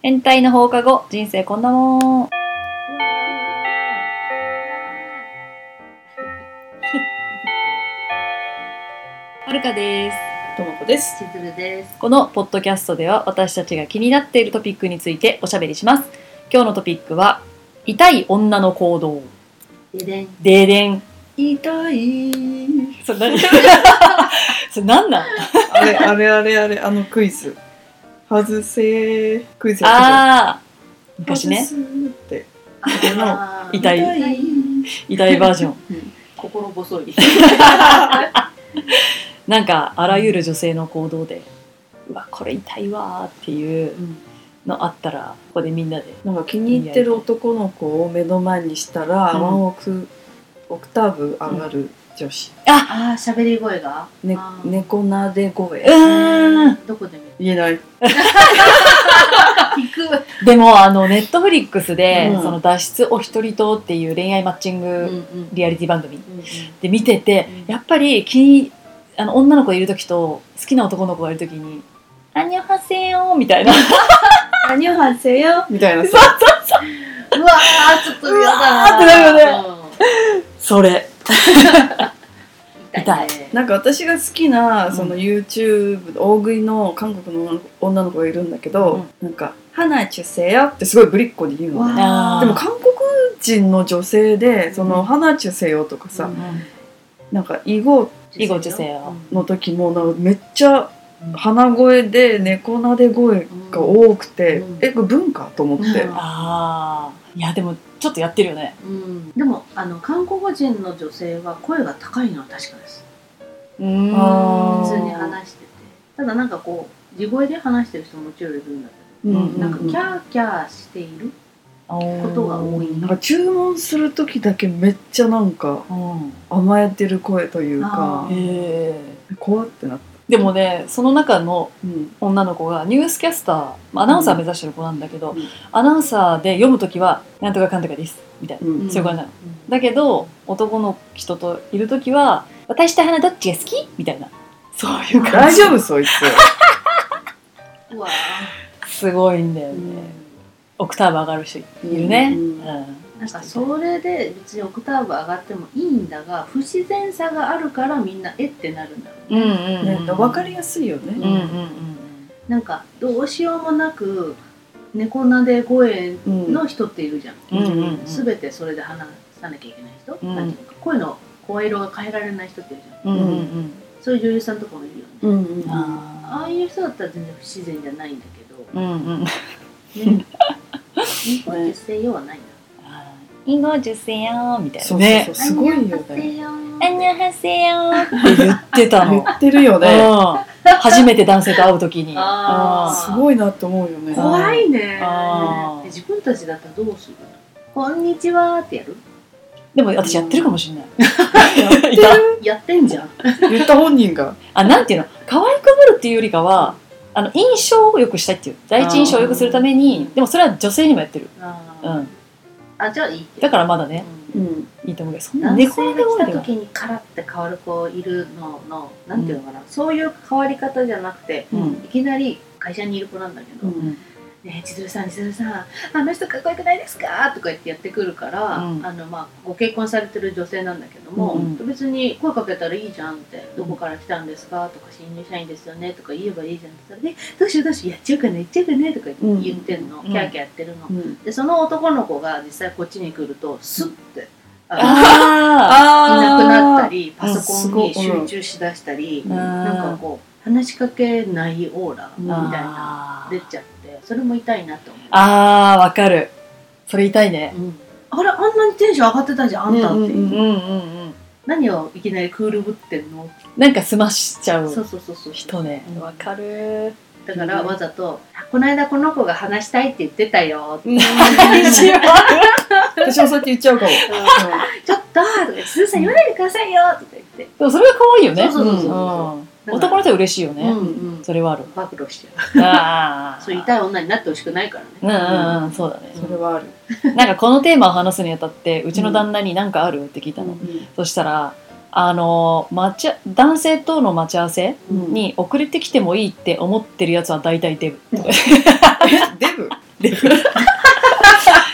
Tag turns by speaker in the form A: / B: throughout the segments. A: 変態の放課後、人生こんなもん。はるかです。
B: ともこです。
C: しずるです。
A: このポッドキャストでは私たちが気になっているトピックについておしゃべりします。今日のトピックは、痛い女の行動。
C: ででん。
A: ででん。
B: 痛い。
A: それ何それ何なん
B: あれあれあれあれあのクイズ。外せークイズやっ
A: ああ。
B: てた
A: 昔ね、
B: 外すーって。の
C: あー
A: 痛い
B: 痛い。
A: 痛いバージョン。
C: 心細い。
A: なんかあらゆる女性の行動で、うわこれ痛いわーっていうのあったらここでみんなで
B: なんか気に入ってる男の子を目の前にしたらワ
A: うん
B: ンオクオクターブ上がる女子。
C: ああ、喋り声が。
B: ね
C: あー
B: 猫なで声。
A: うーん。
C: どこで見る。
B: 言えない。
C: 聞く。
A: でもあのネットフリックスで、
B: うん
A: その脱出お一人とっていう恋愛マッチン
C: う
A: グ
C: ん。
A: リアリティ番組
C: うん
A: で見てて、
C: うん
A: やっぱり気にあの女の子いる時と好きな男の子がいる時に「アンニョンハセヨー」みたいな
C: 何を発せよ。
B: みたいな
A: そ
B: さ。
C: うわー、ちょっと嫌だ。
A: うわーってなるそれ
C: うん痛いね。
B: なんか私が好きなそうの YouTube 大食いの韓国の女の子がいるんだけど、
A: うん
B: なんか「花中世や」ってすごいぶりっ子で言うのね。
A: わー
B: でも韓国人の女性でその
C: うん
B: 花中世よとかさ、
C: うん
B: なんか囲碁
A: 囲碁女性よ
B: の時もなんかめっちゃ鼻声で猫なで声が多くて、
C: うん
B: えこれ文化と思って、
C: うん
A: あーいやでもちょっとやってるよね
C: うん。でも、あの韓国人の女性は声が高いのは確かです。
A: うーん
B: あー
C: 普通に話してて。ただ、なんかこう、地声で話してる人もちろんいるんだけ
B: うん
C: ど。なんかキャーキャーしている。ことが多い
B: なんか注文する時だけめっちゃなんか
A: うん
B: 甘えてる声というか
C: あー
A: へー
B: 怖ってなった。
A: でもねその中の
B: うん
A: 女の子がニュースキャスターまあアナウンサー目指してる子なんだけど、
B: うん
A: アナウンサーで読む時は「なんとかかんとかです」みたいな、
B: うん
A: そういう感じなの。だけど男の人といる時は「私と花どっちが好き?」みたいなそういう感
B: 大
A: じ
B: 丈夫そいつ
C: うわ
A: すごいんだよ
C: ー。
A: ね、
C: うん
A: オクターブ上がる人いるね、
B: う
A: うんん
C: なんかそれで別にオクターブ上がってもいいんだが不自然さがあるからみんなえってなるんだろう
A: うん
C: ね、
A: うんうん、
B: ね分かりやすいよ
A: うん
B: ね、
A: うんうん
C: なんかどうしようもなく猫なで声
B: うん
C: の人っているじゃん、
A: うんうんうん
C: 全てそれで話さなきゃいけない人、
A: ん
C: なんていうのか声の声色が変えられない人っているじゃ
A: う
C: ん
A: んうんうん
C: そういう女優さんとかもいるよね、
B: うんうんうん
C: あ
A: あ
C: あいう人だったら全然不自然じゃないんだけ
A: ーうんうん
C: どねいい声実践用はないんだ
A: あーインゴジュセヨーみたいな
B: そう
A: ね
B: そうそうすごいよね
A: ア ンニョンハセヨーって言ってた
B: 言
A: の
B: ってるよね
A: うん初めて男性と会う時に
C: あー
B: すごいなって思うよね
A: あ
C: 怖いね
A: あー
C: 自分たちだったらどうするこんにちはってやる
A: うんでも私やってるかもしれ ないい
B: や
A: た
C: やってんじゃん
B: 言った本人が
A: あなんていうの可愛くぶるっていうよりかはあの印象を良くしたいっていう第一印象を良くするために
C: あー
A: でもそれは女性にもやってる、
C: あ
A: う
C: ー
A: ん、
C: あじゃあいいけど
A: だからまだね
C: うん
B: ん
A: いいと思うけどそんな
C: 男
A: 猫の
C: 性が来
A: 声
C: た
A: では
C: 時にカラッて変わる子いるののなんていうのかな、そういう変わり方じゃなくて
A: うん
C: いきなり会社にいる子なんだけど「
B: うん
C: ねえ千鶴さん千鶴さんあの人かっこよくないですか?」とか言ってやってくるから、
A: うん
C: あのまあ、ご結婚されてる女性なんだけども、
A: うん
C: 別に声かけたらいいじゃんって「どこから来たんですか?」とか「新入社員ですよね?」とか言えばいいじゃんって言ったら「ねどうしようどうしようやっちゃうかねやっちゃうかね」とか
B: うん
C: 言ってんの、
A: うん
C: キャーキャーやってるの。
B: うん
C: でその男の子が実際こっちに来るとスッて。あの
A: あ
C: いなくなった
B: り
C: りパソコンに集中しだしたり、
B: うん
C: なんかこう話しかけないオーラみたいな
A: あ
C: 出ちゃってそれも痛いなと思う。
A: あーわかるそれ痛いね
C: うんあれあんなにテンション上がってたじゃんあんたって、
B: うんうん
A: うんうんうん
C: 何をいきなりクールぶってんの、
A: なんか済ましちゃ
C: そう
A: う
C: そうそうそう
A: 人ね
C: うん
A: わかる
C: だからわざと「あこの間この子が話したいって言ってたよ」って
A: 一番
B: 私もそうやって言っちゃうか
C: 「
B: も
C: ちょっと!」とか「鈴さん言わないでくださいよ」とか言って、
A: でもそれが可愛いよね
C: そう
B: そうそう
C: そう
A: うん男の人は嬉しいよね、
C: うんうん
A: それはある
C: 暴露しちゃ
A: あ
C: う
A: あ
C: そう痛い女になってほしくないからね
A: うんうんうんそうだね
B: それはある
A: なんかこのテーマを話すにあたってうちの旦那に何かあるって聞いたの、
C: うん
A: そしたらあの待ち合男性との待ち合わせ
B: うん
A: に遅れてきてもいいって思ってるやつは大体デブ、
B: えデブ
A: デブ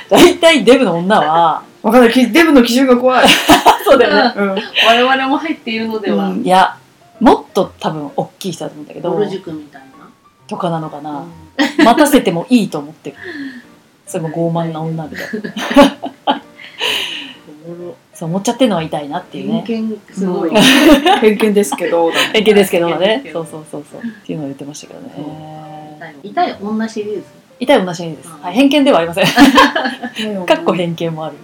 A: 大体デブの女は
B: わかんないきデブの基準が怖い、
A: そうだ
C: よね
B: うん、
C: 我々も入っているのでは、
B: うん
A: いやもっと多分大きい人だと思うんだけ
C: ぼ
A: ど
C: る塾みたいな、
A: とかなのかな、
C: うん
A: 待たせてもいいと思ってるそれも傲慢な女みたいな
C: おもろ
A: そう思っちゃってるのは痛いなっていうね
C: 偏見すごい、
B: うん偏見ですけどだね
A: 偏見ですけど
C: 偏見
A: ね
C: ですけ
A: そう
C: ど
A: そうそうそうっていうのを言ってましたけど
C: そう
A: ね
C: 痛い女シリーズ
A: 痛いも同じです、
C: うん
A: はい、偏見ではありません かっこ
B: ね
A: 偏見もある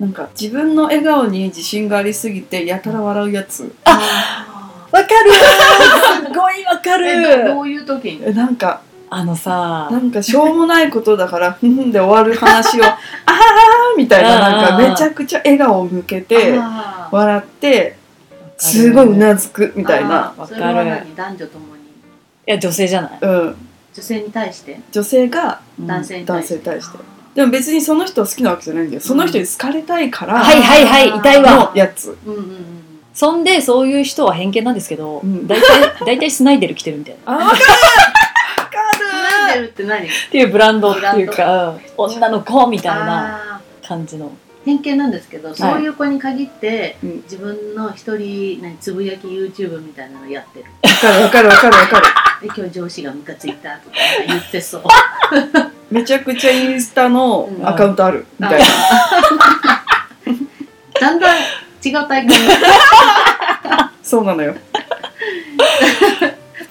B: なんか自分の笑顔に自信がありすぎてやたら笑うやつ
C: あ
A: わかるすごいわか
C: えどういう時に
B: えなんか
A: あのさ
B: なんかしょうもないことだからふんふんで終わる話をあははみたいななん
A: あー
B: かめちゃくちゃ笑顔を向けて
C: あー
B: 笑ってすごいうなずくみたいな、
C: あー
A: わかる
C: それは何男女ともに
A: いや女性じゃない、
B: うん、
C: 女性に対して
B: 女性が
A: うん
C: 男性に対
B: 男
C: し
B: 性
C: て
B: に対してでも別にその人は好きなわけじゃないんだよその人に好かれたいから
A: はいはいはい痛いわ
B: のやつ、
C: うんうんうん
A: そんでそういう人は偏見なんですけど
B: うん
A: 大体 大体スナイデル着てるみたいな
B: あわかるわ
C: 悩ん
B: か
C: で
B: る
C: るって何み
A: っていうブランドっていうかうん女の子みたいな
C: な
A: 感じの
C: 偏見なんですけど、そういう子に限って、
B: うん
C: 自分の一人何つぶやき YouTube みたいなのやってる
B: わかるわかるわかるわかる
C: で今日上司がムカついたとか言ってそう
B: めちゃくちゃインスタのアカウントある みたいな、
C: だんだん違う体験に
B: そうなのよ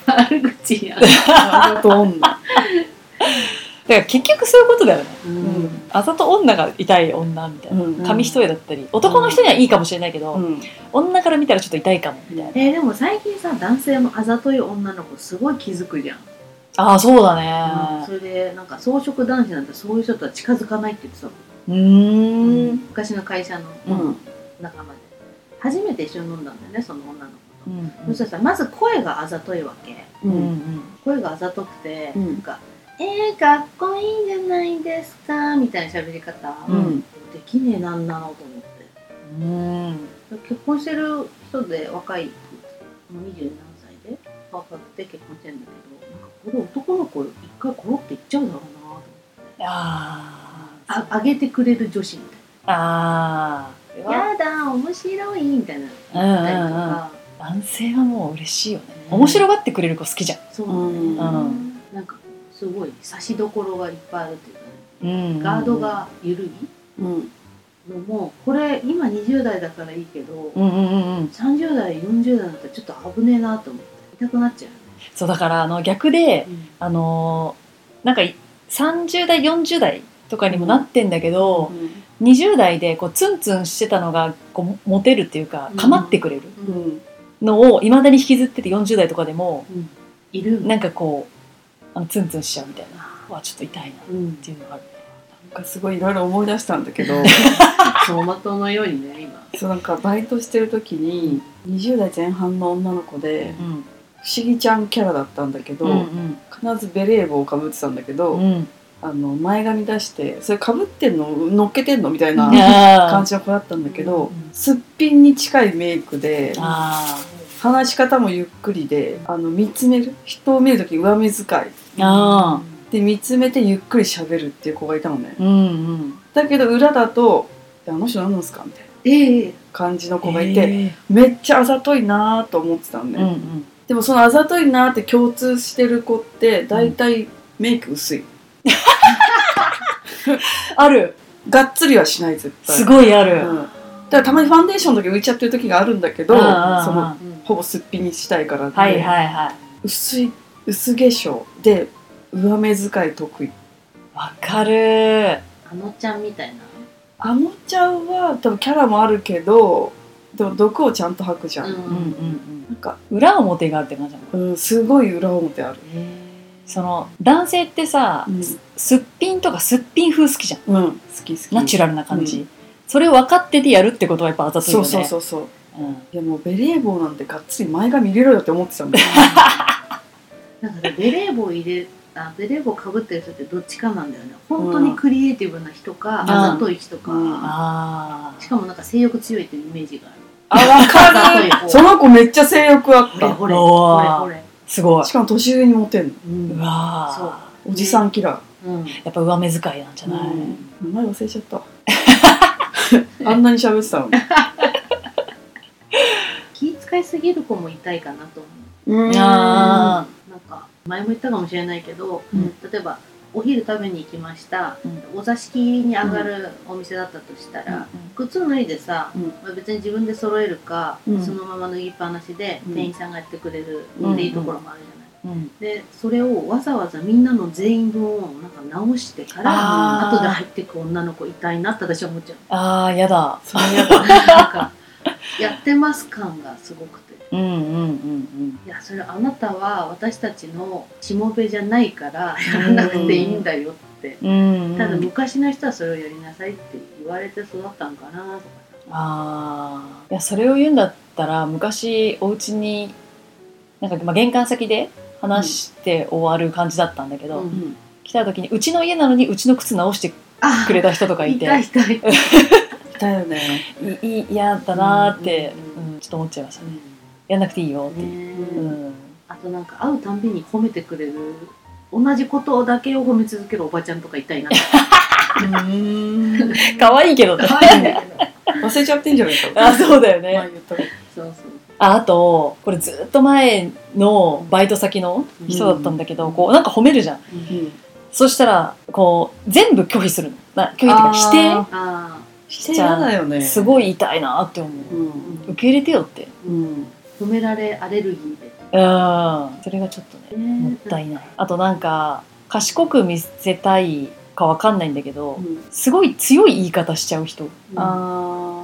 C: 悪口 やん、
B: あざと女
A: だから結局そういうことだよね
C: うん
A: あざと女が痛い女みたいな
B: うん
A: 紙一重だったり男の人にはいいかもしれないけど、
B: うん
A: 女から見たらちょっと痛いかもみたいな、
C: えーでも最近さ男性もあざとい女の子すごい気づくじゃん、
A: ああそうだ
C: うん
A: ね
C: それでなんか草食男子なんてそういう人とは近づかないって言ってたもん
A: うーん
C: 昔の会社の
B: うん
C: 仲間で初めて一緒に飲んだんだよねその女の子と、
A: うん
C: そしたらまず声があざといわけ
B: う
A: うんうんん
C: 声があざとくて、
B: う
C: な
B: ん
C: んか「えー、かっこいいんじゃないですか」みたいな喋り方、
B: う
A: うん
B: ん
C: できねえなんなのと思って
A: うんうん
C: 結婚してる人で若いもう20何歳でパパって結婚してるんだけどなんかこれ男の子一回コロっていっちゃうだろうなと思って
A: あ
C: ああげてくれる女子み
A: ああ
C: たいな「やだ面白い」みたいな
A: うん
C: 言ったりと
A: うんうん
C: か、
A: 男性はもう嬉しいよね
C: うん
A: 面白がってくれる子好きじゃん
C: そうなんだよね、
A: うんう
C: なんかすごい差しどころがいっぱいあるっていうかね、
A: うん
C: ガードが緩い
B: うん
C: のもこれ今20代だからいいけど、
A: うんうんうんうん
C: 30代40代だったらちょっと危ねえなと思って痛くなっちゃうよね
A: そうだからあの逆であのーなんかい30代40代とかにもなってんだけど、20代でこうツンツンしてたのがこうモテるっていうか
C: うん
A: 構ってくれる
C: うん
B: うん
A: のをいまだに引きずってて40代とかでも
C: うんいる
A: なんかこうあのツンツンしちゃうみたいなうわちょっと痛いなっ
C: うん
A: ていうのがある
B: なんかすごいいろいろ思い出したんだけど
C: 走馬灯のようにね今
B: そうなんかバイトしてる時に20代前半の女の子で
A: うん
B: 不思議ちゃんキャラだったんだけど、
A: うん
B: 必ずベレー帽をかぶってたんだけど、
A: うんうん
B: あの前髪出してそれかぶってんの乗っけてんのみたいな感
A: あー
B: じの子だったんだけど、
A: うん
B: すっぴんに近いメイクで
A: あ
B: 話し方もゆっくりであの見つめる人を見る時に上目遣い
A: あ
B: で見つめてゆっくり喋るっていう子がいたのね
A: ーうんうん
B: だけど裏だと「いやあの人何なんですか?」みたいな
C: ええ
B: 感じの子がいて、
A: え
B: めっちゃあざといなーと思ってたの
A: ー
B: ね、
A: うんうん
B: でもそのあざといなーって共通してる子って大体メイク薄い、
A: ある
B: がっつりはしない絶対
A: すごいある、
B: うんだからたまにファンデーションだけ浮いちゃってる時があるんだけど
A: うんうんうん
B: その
C: うん
B: ほぼすっぴんにしたいからって
A: はいはいはい
B: 薄い薄化粧で上目遣い得意
A: わかる
C: あのちゃんみたいな
B: あのちゃんは多分キャラもあるけどでも毒をちゃんと吐くじゃん、
A: うんうんうん
B: なんか、
A: 裏表があるって感じなの
B: うん、すごい裏表ある、
A: その男性ってさ、
B: うん
A: すすっぴんとかすっぴん風好きじゃん
B: うん、好き好き
A: ナチュラルな感じ、
B: う
A: それを分かっててやるってことはやっぱあざといよ
B: そ
A: ね
B: うそうそうそう
A: うん
B: いやもうベレー帽なんてがっつり前髪入れろよって思ってたんだよ
C: なんかねベレー帽入れあベレー帽かぶってる人ってどっちかなんだよね本当にクリエイティブな人か、
B: うん
C: あざとい人か、
B: うん
A: あ
C: しかもなんか性欲強いっていうイメージがある
B: あわか
C: あざとい
B: るその子めっちゃ性欲あっ
C: ほ れ
B: た
C: ほれ
A: うわー
C: ほれほれ
A: ーすごい
B: しかも年上にモテんの
C: うん
A: うわー
B: おじさんキラー
C: うん
A: やっぱ上目遣いなんじゃない、
B: 名前忘れちゃったあんなに喋ってたのに
C: 気遣いすぎる子もいたいかなと思う
B: うん
A: あ
C: なんか前も言ったかもしれないけど、
A: うん
C: 例えばお昼食べに行きました、
A: う
C: お座敷に上がるお店だったとしたら、靴脱いでさ、
B: うん
C: まあ、別に自分で揃えるか、
B: うん
C: そのまま脱ぎっぱなしで
B: うん
C: 店員さんがやってくれる
B: うん
C: っていうところもあるじゃない、
A: うんうん
C: でそれをわざわざみんなの全員分をなんか直してから
A: あー
C: 後で入ってく女の子いたいなって私は思っち ゃう
A: あーやだ
B: それやだ
C: なんかやってます感がすごくて
A: うんうんうん
C: いやそれあなたは私たちのしもべじゃないからやらなくていいんだよって、
A: うんうん
C: ただ昔の人はそれをやりなさいって言われて育ったんかなとか
A: ああいやそれを言うんだったら昔お家になんかまあ玄関先で話して終わる感じだったんだけど、
C: うん
B: うん
A: 来た時にうちの家なのにうちの靴直して
C: あ
A: くれた人とかいて
C: 痛い痛い、
B: いたよね
A: いいい嫌だなーって、
C: う
A: うんんちょっと思っちゃいましたねやんなくていいよっていう、
C: ね
A: うん、
C: あとなんか会うたんびに褒めてくれる同じことだけを褒め続けるおばちゃんとかいたいな
B: うん
A: 可愛いけど ね
C: 可愛いんだけど
B: 忘れちゃってんじゃないか
A: あそうだよね、
B: 前言ったこと
C: そうそう
A: ああとこれずっと前のバイト先の人だったんだけど、こうなんか褒めるじゃん
B: うん
A: そしたらこう全部拒否するのな拒否っていうか否定
B: あ
C: あ
B: 否定嫌だよね
A: すご
B: い
A: い痛いなって思う
B: うん
A: 受け入れてよって
B: うん
C: ー褒められアレルギーで
A: うんそれがちょっとねもったいないあとなんか賢く見せたいかわかんないんだけどすごい強い言い方しちゃう人
C: あ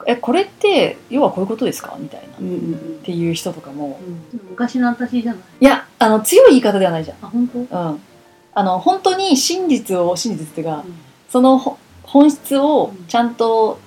B: あ
A: えこれって要はこういうことですかみたいな、
B: ーう
A: っ
B: んうん
A: ていう人とかも
C: 昔の私じゃない
A: いやあの強い言い方ではないじ
C: あ本当、
A: ゃんうんあの本当に真実を真実っていうか
C: うん
A: そのほ本質をちゃんと、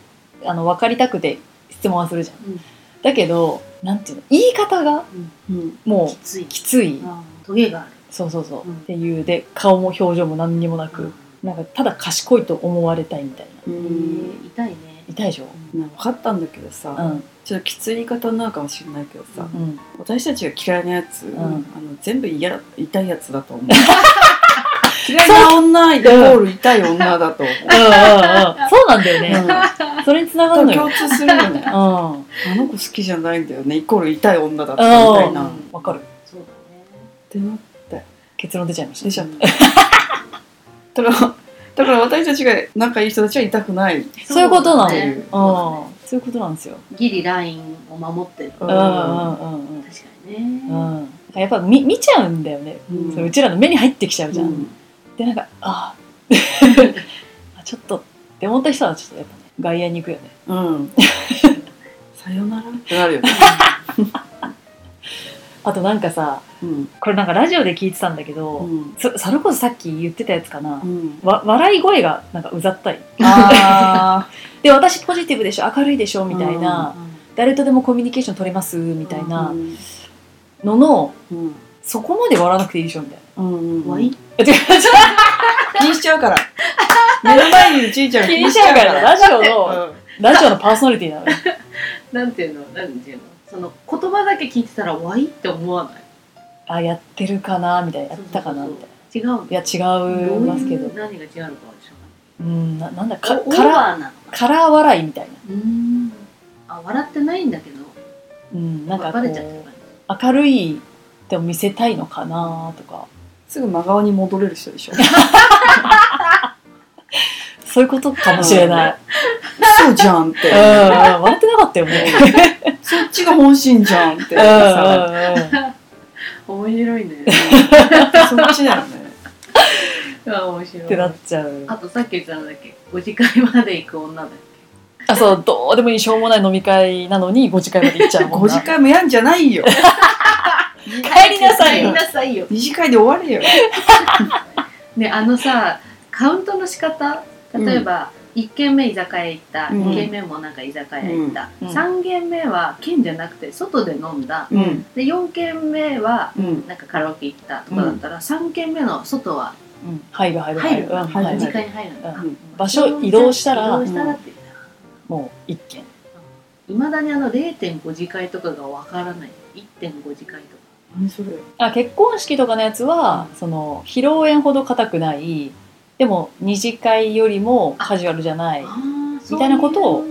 A: あの分かりたくて質問はするじゃん、
C: うん
A: だけどなんていうの言い方が
B: うんうん
A: も
C: き
A: う
C: つい
A: きつい
C: トゲがある
A: そうそうそう、
C: うん
A: っていうで顔も表情も何にもなく、なんかただ賢いと思われたいみたいな
B: うん
C: 痛いね
A: 痛いでしょ
B: なんか分かったんだけど
A: う
B: さ
A: ん
B: ちょっときつい言い方になるかもしれないけどさ
A: うん
B: 私たちが嫌いなやつ、
A: ん
B: あの全部嫌だ痛いやつだと思う嫌いな女イコール痛い女だと思う
A: うんうんうんそうなんだよね、
B: う
A: それにつながる
B: ん、
A: のよ
B: 共通するよ ね
A: う
B: あ
A: ん
B: の子好きじゃないんだよねイコール痛い女だったみたいな
C: う
B: っ
C: ん
A: わかる
C: そうだね
B: てなっ
A: 結論出ちゃいました
B: 出ち ゃったらだから私たちが仲いい人たちは痛くないって
A: そういうことなの
C: そうだ
B: い
C: ね
A: う
B: う
A: んそういうことなんですよ
C: ギリラインを守ってる
B: う
A: うんんうんうんうん
C: 確かに
A: うん
C: ね
A: なんかやっぱ見見ちゃうんだよね、
B: うん
A: そううちらの目に入ってきちゃうじゃん、
B: うん
A: でなんかあ あちょっとって思った人はちょっとやっぱね外野に行くよね
B: うん、さよならってなるよね、
A: あとなんかさ
B: うん
A: これなんかラジオで聞いてたんだけど、
B: うん
A: そそれこそさっき言ってたやつかな、
B: うん、
A: わ笑い声がなんかうざったい
B: あ
A: で私ポジティブでしょ明るいでしょみたいな、誰とでもコミュニケーション取れますみたい
B: あ、
A: なのの、
B: うん
A: そこまで笑わなくていいでしょみたいな
B: うんうんうん
C: ワイン
A: 違う違う
B: 気にしちゃ うから。目の前にいるちいちゃんが
A: 気にしちゃうからラジオの
B: うん
A: ラジオのパーソナリティなのよ
C: なんていうのなんていうのその言葉だけ聞いてたらワインって思わない
A: あやってるかなみたいなやったかなみたい
C: 違うんだ
A: ないや違いますけど
C: 何が違うのかは知
A: うんななんだ
C: ら
A: か
C: ないオ
A: カ
C: ーバ
A: ラ
C: ーなのか
A: ーカラー笑いみたいな
C: うんあ笑ってないんだけど
A: うんなんかこ
C: バレちゃってる
A: う
C: 感じ
A: 明るいでも見せたいのかなとか
B: すぐ真顔に戻れる人 でしょ。
A: そういうことかもしれない
B: そうじゃんっ
A: うん
B: て。
A: うん笑ってなかった よね
B: そっちが本心じゃんって。
A: うん
B: さ
A: うんうん
C: 面白い ね
B: そっちだよ ね。
C: あ面白い
A: ってなっちゃう
C: あとさっき言ってたんだっけ5次会まで行く女だっ
A: あそうどうでもいいしょうもない飲み会なのに5次会まで行っちゃう もん
B: 5
A: な
B: 次会もやんじゃないよ。
C: け
A: 帰りなさ
B: い
C: 帰
B: よ
C: りなさいよ
B: 2次会で終われよ。
C: ねあのさカウントの仕方例えば、一1軒目居酒屋行った、
B: うん
C: 二2軒目もなんか居酒屋行った、
A: うんうん
C: 三3軒目は県じゃなくて外で飲んだ、
B: うん。
C: で4軒目は
B: うん。
C: なんかカラオケ行ったとかだったら、三3軒目の外は
A: うん入る入る
C: 入
A: 入
C: る
A: るうん
B: 入
A: 入
B: る
A: る
C: 時
A: 入る
C: 間に入るんだ、
A: うん
C: あ
A: 場所移動したら
C: 移動したらって
A: もう一軒
C: いまだにあの0.5次会とかがわからない1.5次会とか
B: 何それ
A: あ結婚式とかのやつは、その披露宴ほど硬くないでも二次会よりもカジュアルじゃないみたいなことを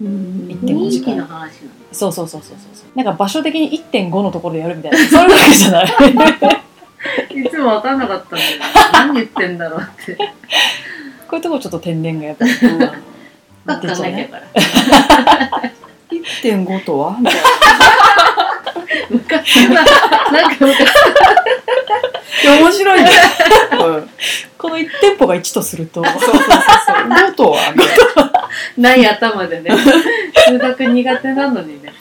B: 言
A: っても
C: 人
A: 時
C: 気
A: 間
C: の話なんです
A: そうそうそうそうそうそうなんか場所的に1.5のところでやるみたいなそういうわけじゃない
C: いつも分かんなかったんだよね何言ってんだろうって
A: こういうとこちょっと天然がやっぱり
C: 考
A: 出ちゃう
C: えて
A: ね
C: るから
B: 1.5とは
C: 昔はなんか昔
B: 面白いね。
A: この1店舗が1とすると
B: そうそうそうそう。5とはみたいな
C: ない頭でね数学苦手なのにね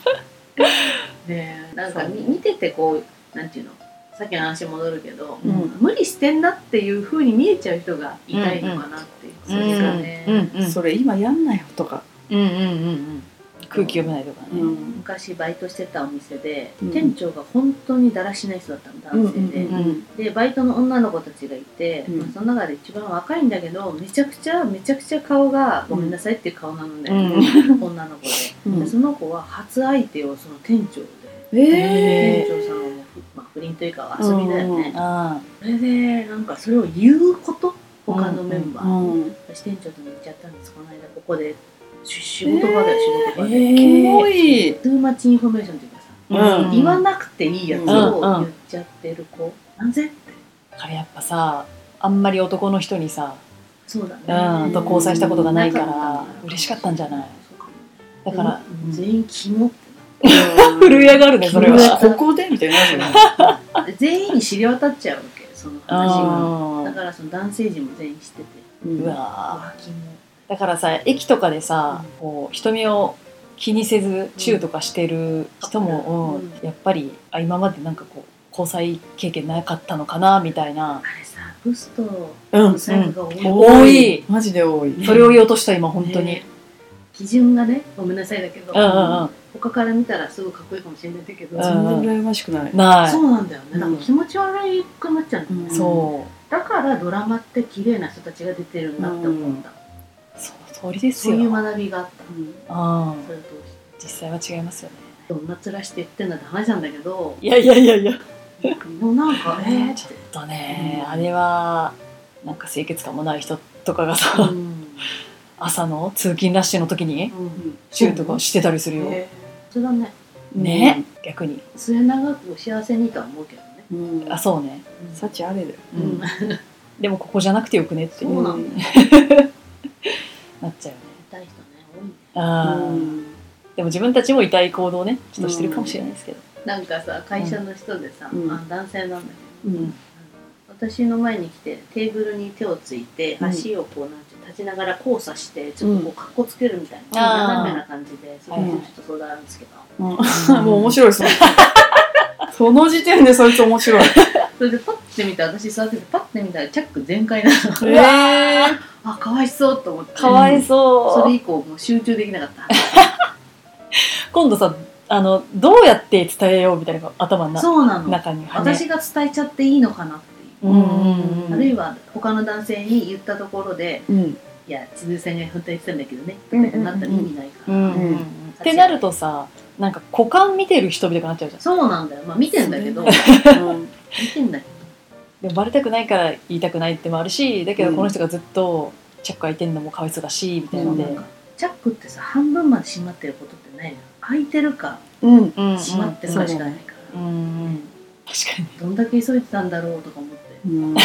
C: ねえなんかみ見ててこうなんていうのさっきの話戻るけど、
B: うん
C: 無理してんなっていうふうに見えちゃう人がいたいのかなっていう、
A: ん
C: そうですかね、
A: うんうん
B: それ今やんなよとか。
A: うんうんうんうん空気読めないとかね、
B: ん。
C: 昔バイトしてたお店で、
B: うん
C: 店長が本当にだらしない人だったんだ
B: うん
C: 男性で、
B: うん
C: でバイトの女の子たちがいて、
B: うん
C: まあその中で一番若いんだけどめちゃくちゃめちゃくちゃ顔が、
B: うん
C: ごめんなさいっていう顔なので、
A: うん
C: 女の子で,、
B: うん
C: でその子は初相手をその店長で、
A: え
C: 店長さんを、まあ、不倫というか遊びだよね、
A: あ
C: それでなんかそれを言うこと他のメンバー、
B: うん。
C: 私店長と寝ちゃったんですこの間ここでし仕事場だよ仕事
A: あ
C: 場
A: え
C: で。
B: キモ
A: ー
B: い。
C: トゥーマッチインフォメーションというかさ、
B: うん
C: 言わなくていいやつを言っちゃってる子、なぜって
A: あれやっぱさあんまり男の人にさ、
C: そうだね、
A: うん、と交際したことがないから嬉しかったんじゃない
C: そうかも
A: だから、
C: うん全員キモって
A: 震え上がるねそれは
B: 君ここでみたいになるよね。
C: なって全員に知れ渡っちゃうわけその話がだ
A: あ
C: からその男性陣も全員知ってて
A: ーう
C: あ
A: わ
C: わキモ
A: ーだからさ駅とかでさ、
C: う
A: こう人目を気にせずチューとかしてる人も、
C: うん
A: うんやっぱりあ今までなんかこう交際経験なかったのかなみたいな
C: あれさブスと
B: う
C: ブ。サイクが多い、
A: うん多い
B: マジで多い。
A: それを言おうとした今本当に、
C: ね基準がねごめんなさいだけど、
A: うんうんうん
C: 他から見たらすごいかっこいいかもしれないんだけど、
A: うん
B: 全然羨ましくない。
A: ない
C: そ
A: そう
C: なんだよね、
B: うん
C: だから気持ち悪くなっちゃうんだよね、
B: う
A: う,、
B: ん
C: だからドラマって綺麗な人たちが出てるんだって思った、
A: その通りです
C: そう
A: よ
C: いう学びがあった、
A: うん
C: それと
A: 実際は違いますよね
C: どんな面して言ってんだって話なんだけど
A: いやいやいやいや
C: もうなんかえー、っ、
A: ちょってとね、
B: うん
A: あれはなんか清潔感もない人とかが
C: う
A: さ、
C: ん
A: 朝の通勤ラッシュの時に
C: うん
A: シュートがしてたりするよ、
C: えーそれはね
A: ね、逆に
C: 末永くお幸せにとは思うけどね、
B: うん。
A: あそうね、
B: 幸あれだよ。
A: うん
C: うん
A: でもここじゃなくてよくねって
C: そうなんだよ
A: なっちゃうよね
C: 痛い人ね多いね
A: あー、
B: うん
A: でも自分たちも痛い行動をねちょっとしてるかもしれないですけど、
C: なんかさ会社の人でさ、
B: うん
C: あ男性なんだけ
B: う
C: ど、
B: ん
C: あの私の前に来てテーブルに手をついて
B: うん
C: 足をこうなんていう立ちながら交差してちょっとこうかっこつけるみたい
A: うん
C: な、
A: あー
C: 斜めな感じでそこにちょっと相談あるんですけど、
B: うん。もう面白いその時点。その時点でそいつ面白い。
C: それでパッて見て私座っててパッて見たらチャック全開なの
A: うわー
C: あかわいそうと思って
A: かわいそう、
C: それ以降もう集中できなかった
A: 今度さあのどうやって伝えようみたいな頭の な
C: そうなの、
A: 中にはね
C: 私が伝えちゃっていいのかなっていう、
A: うんうんうん
C: あるいは他の男性に言ったところで
B: うん。
C: 「いや千鶴さんが本当に言ってたんだけどね」とかってなったら意味ないから、
A: うんうんうんってなるとさなんか股間見てる人々がなっちゃうじゃん
C: そうなんだよまあ見てんだけど
B: う
C: 見
B: うん
C: てんだけ
A: でもバレたくないから言いたくないってもあるしだけど
B: うん
A: この人がずっとチャック開いてんのもかわいそうだしみたい
C: ど、
A: ので、
C: なんかチャックってさ半分まで閉まってることってないじゃん開いてるか
B: うん。
A: うんうん
C: 閉まってる
B: う
C: か
B: ん
C: しかないから、
A: うんうん確かに
C: どんだけ急いでたんだろうとか思って
B: うん。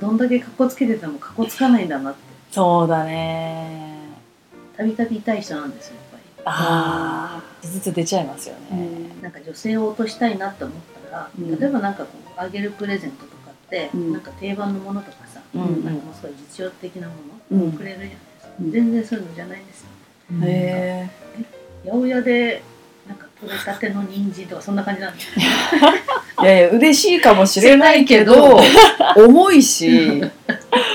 C: どんだけかっこつけててもかっこつかないんだなって
A: そうだね
C: たびたび痛い人なんですよやっぱ
A: ああずつ出ちゃいますよ
B: う
A: ね、
B: ん
C: りなんか女性を落としたいなって思ったら、
B: うん
C: 例えばなんかこうあげるプレゼントとかって、
B: うん
C: なんか定番のものとかさ、
A: うん
B: うん
C: なんかもうすごい実用的なも
B: う
C: の
B: ん
C: く。れるじゃないですか、
B: うん
C: 全然そういうのじゃないんですよ
A: うん
B: へ
C: 八百屋でなんか取れたての人参とかそんな感じなんですよ
B: え。いやいや嬉しいかもしれないけど、重いし、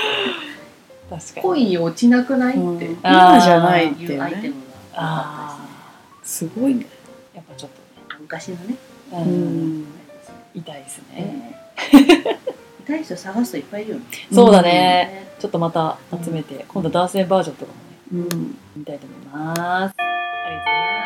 A: 確かに
C: 恋に落ちなくないっていう
B: 今じゃないってい
C: アイ
B: う
C: テムが多かった
B: ね。
C: ですね
A: あ
B: すごいね。
A: あやっぱちょっ
C: 昔のね、
A: とね、
B: う
A: うん、
B: ん。
A: 痛いですね、
C: ええ痛い人探すといっぱいいるよね
A: そうだね、ちょっとまた集めて、今度男性バージョンとかもね
B: うん。
A: 見たいと思いますありがとうございます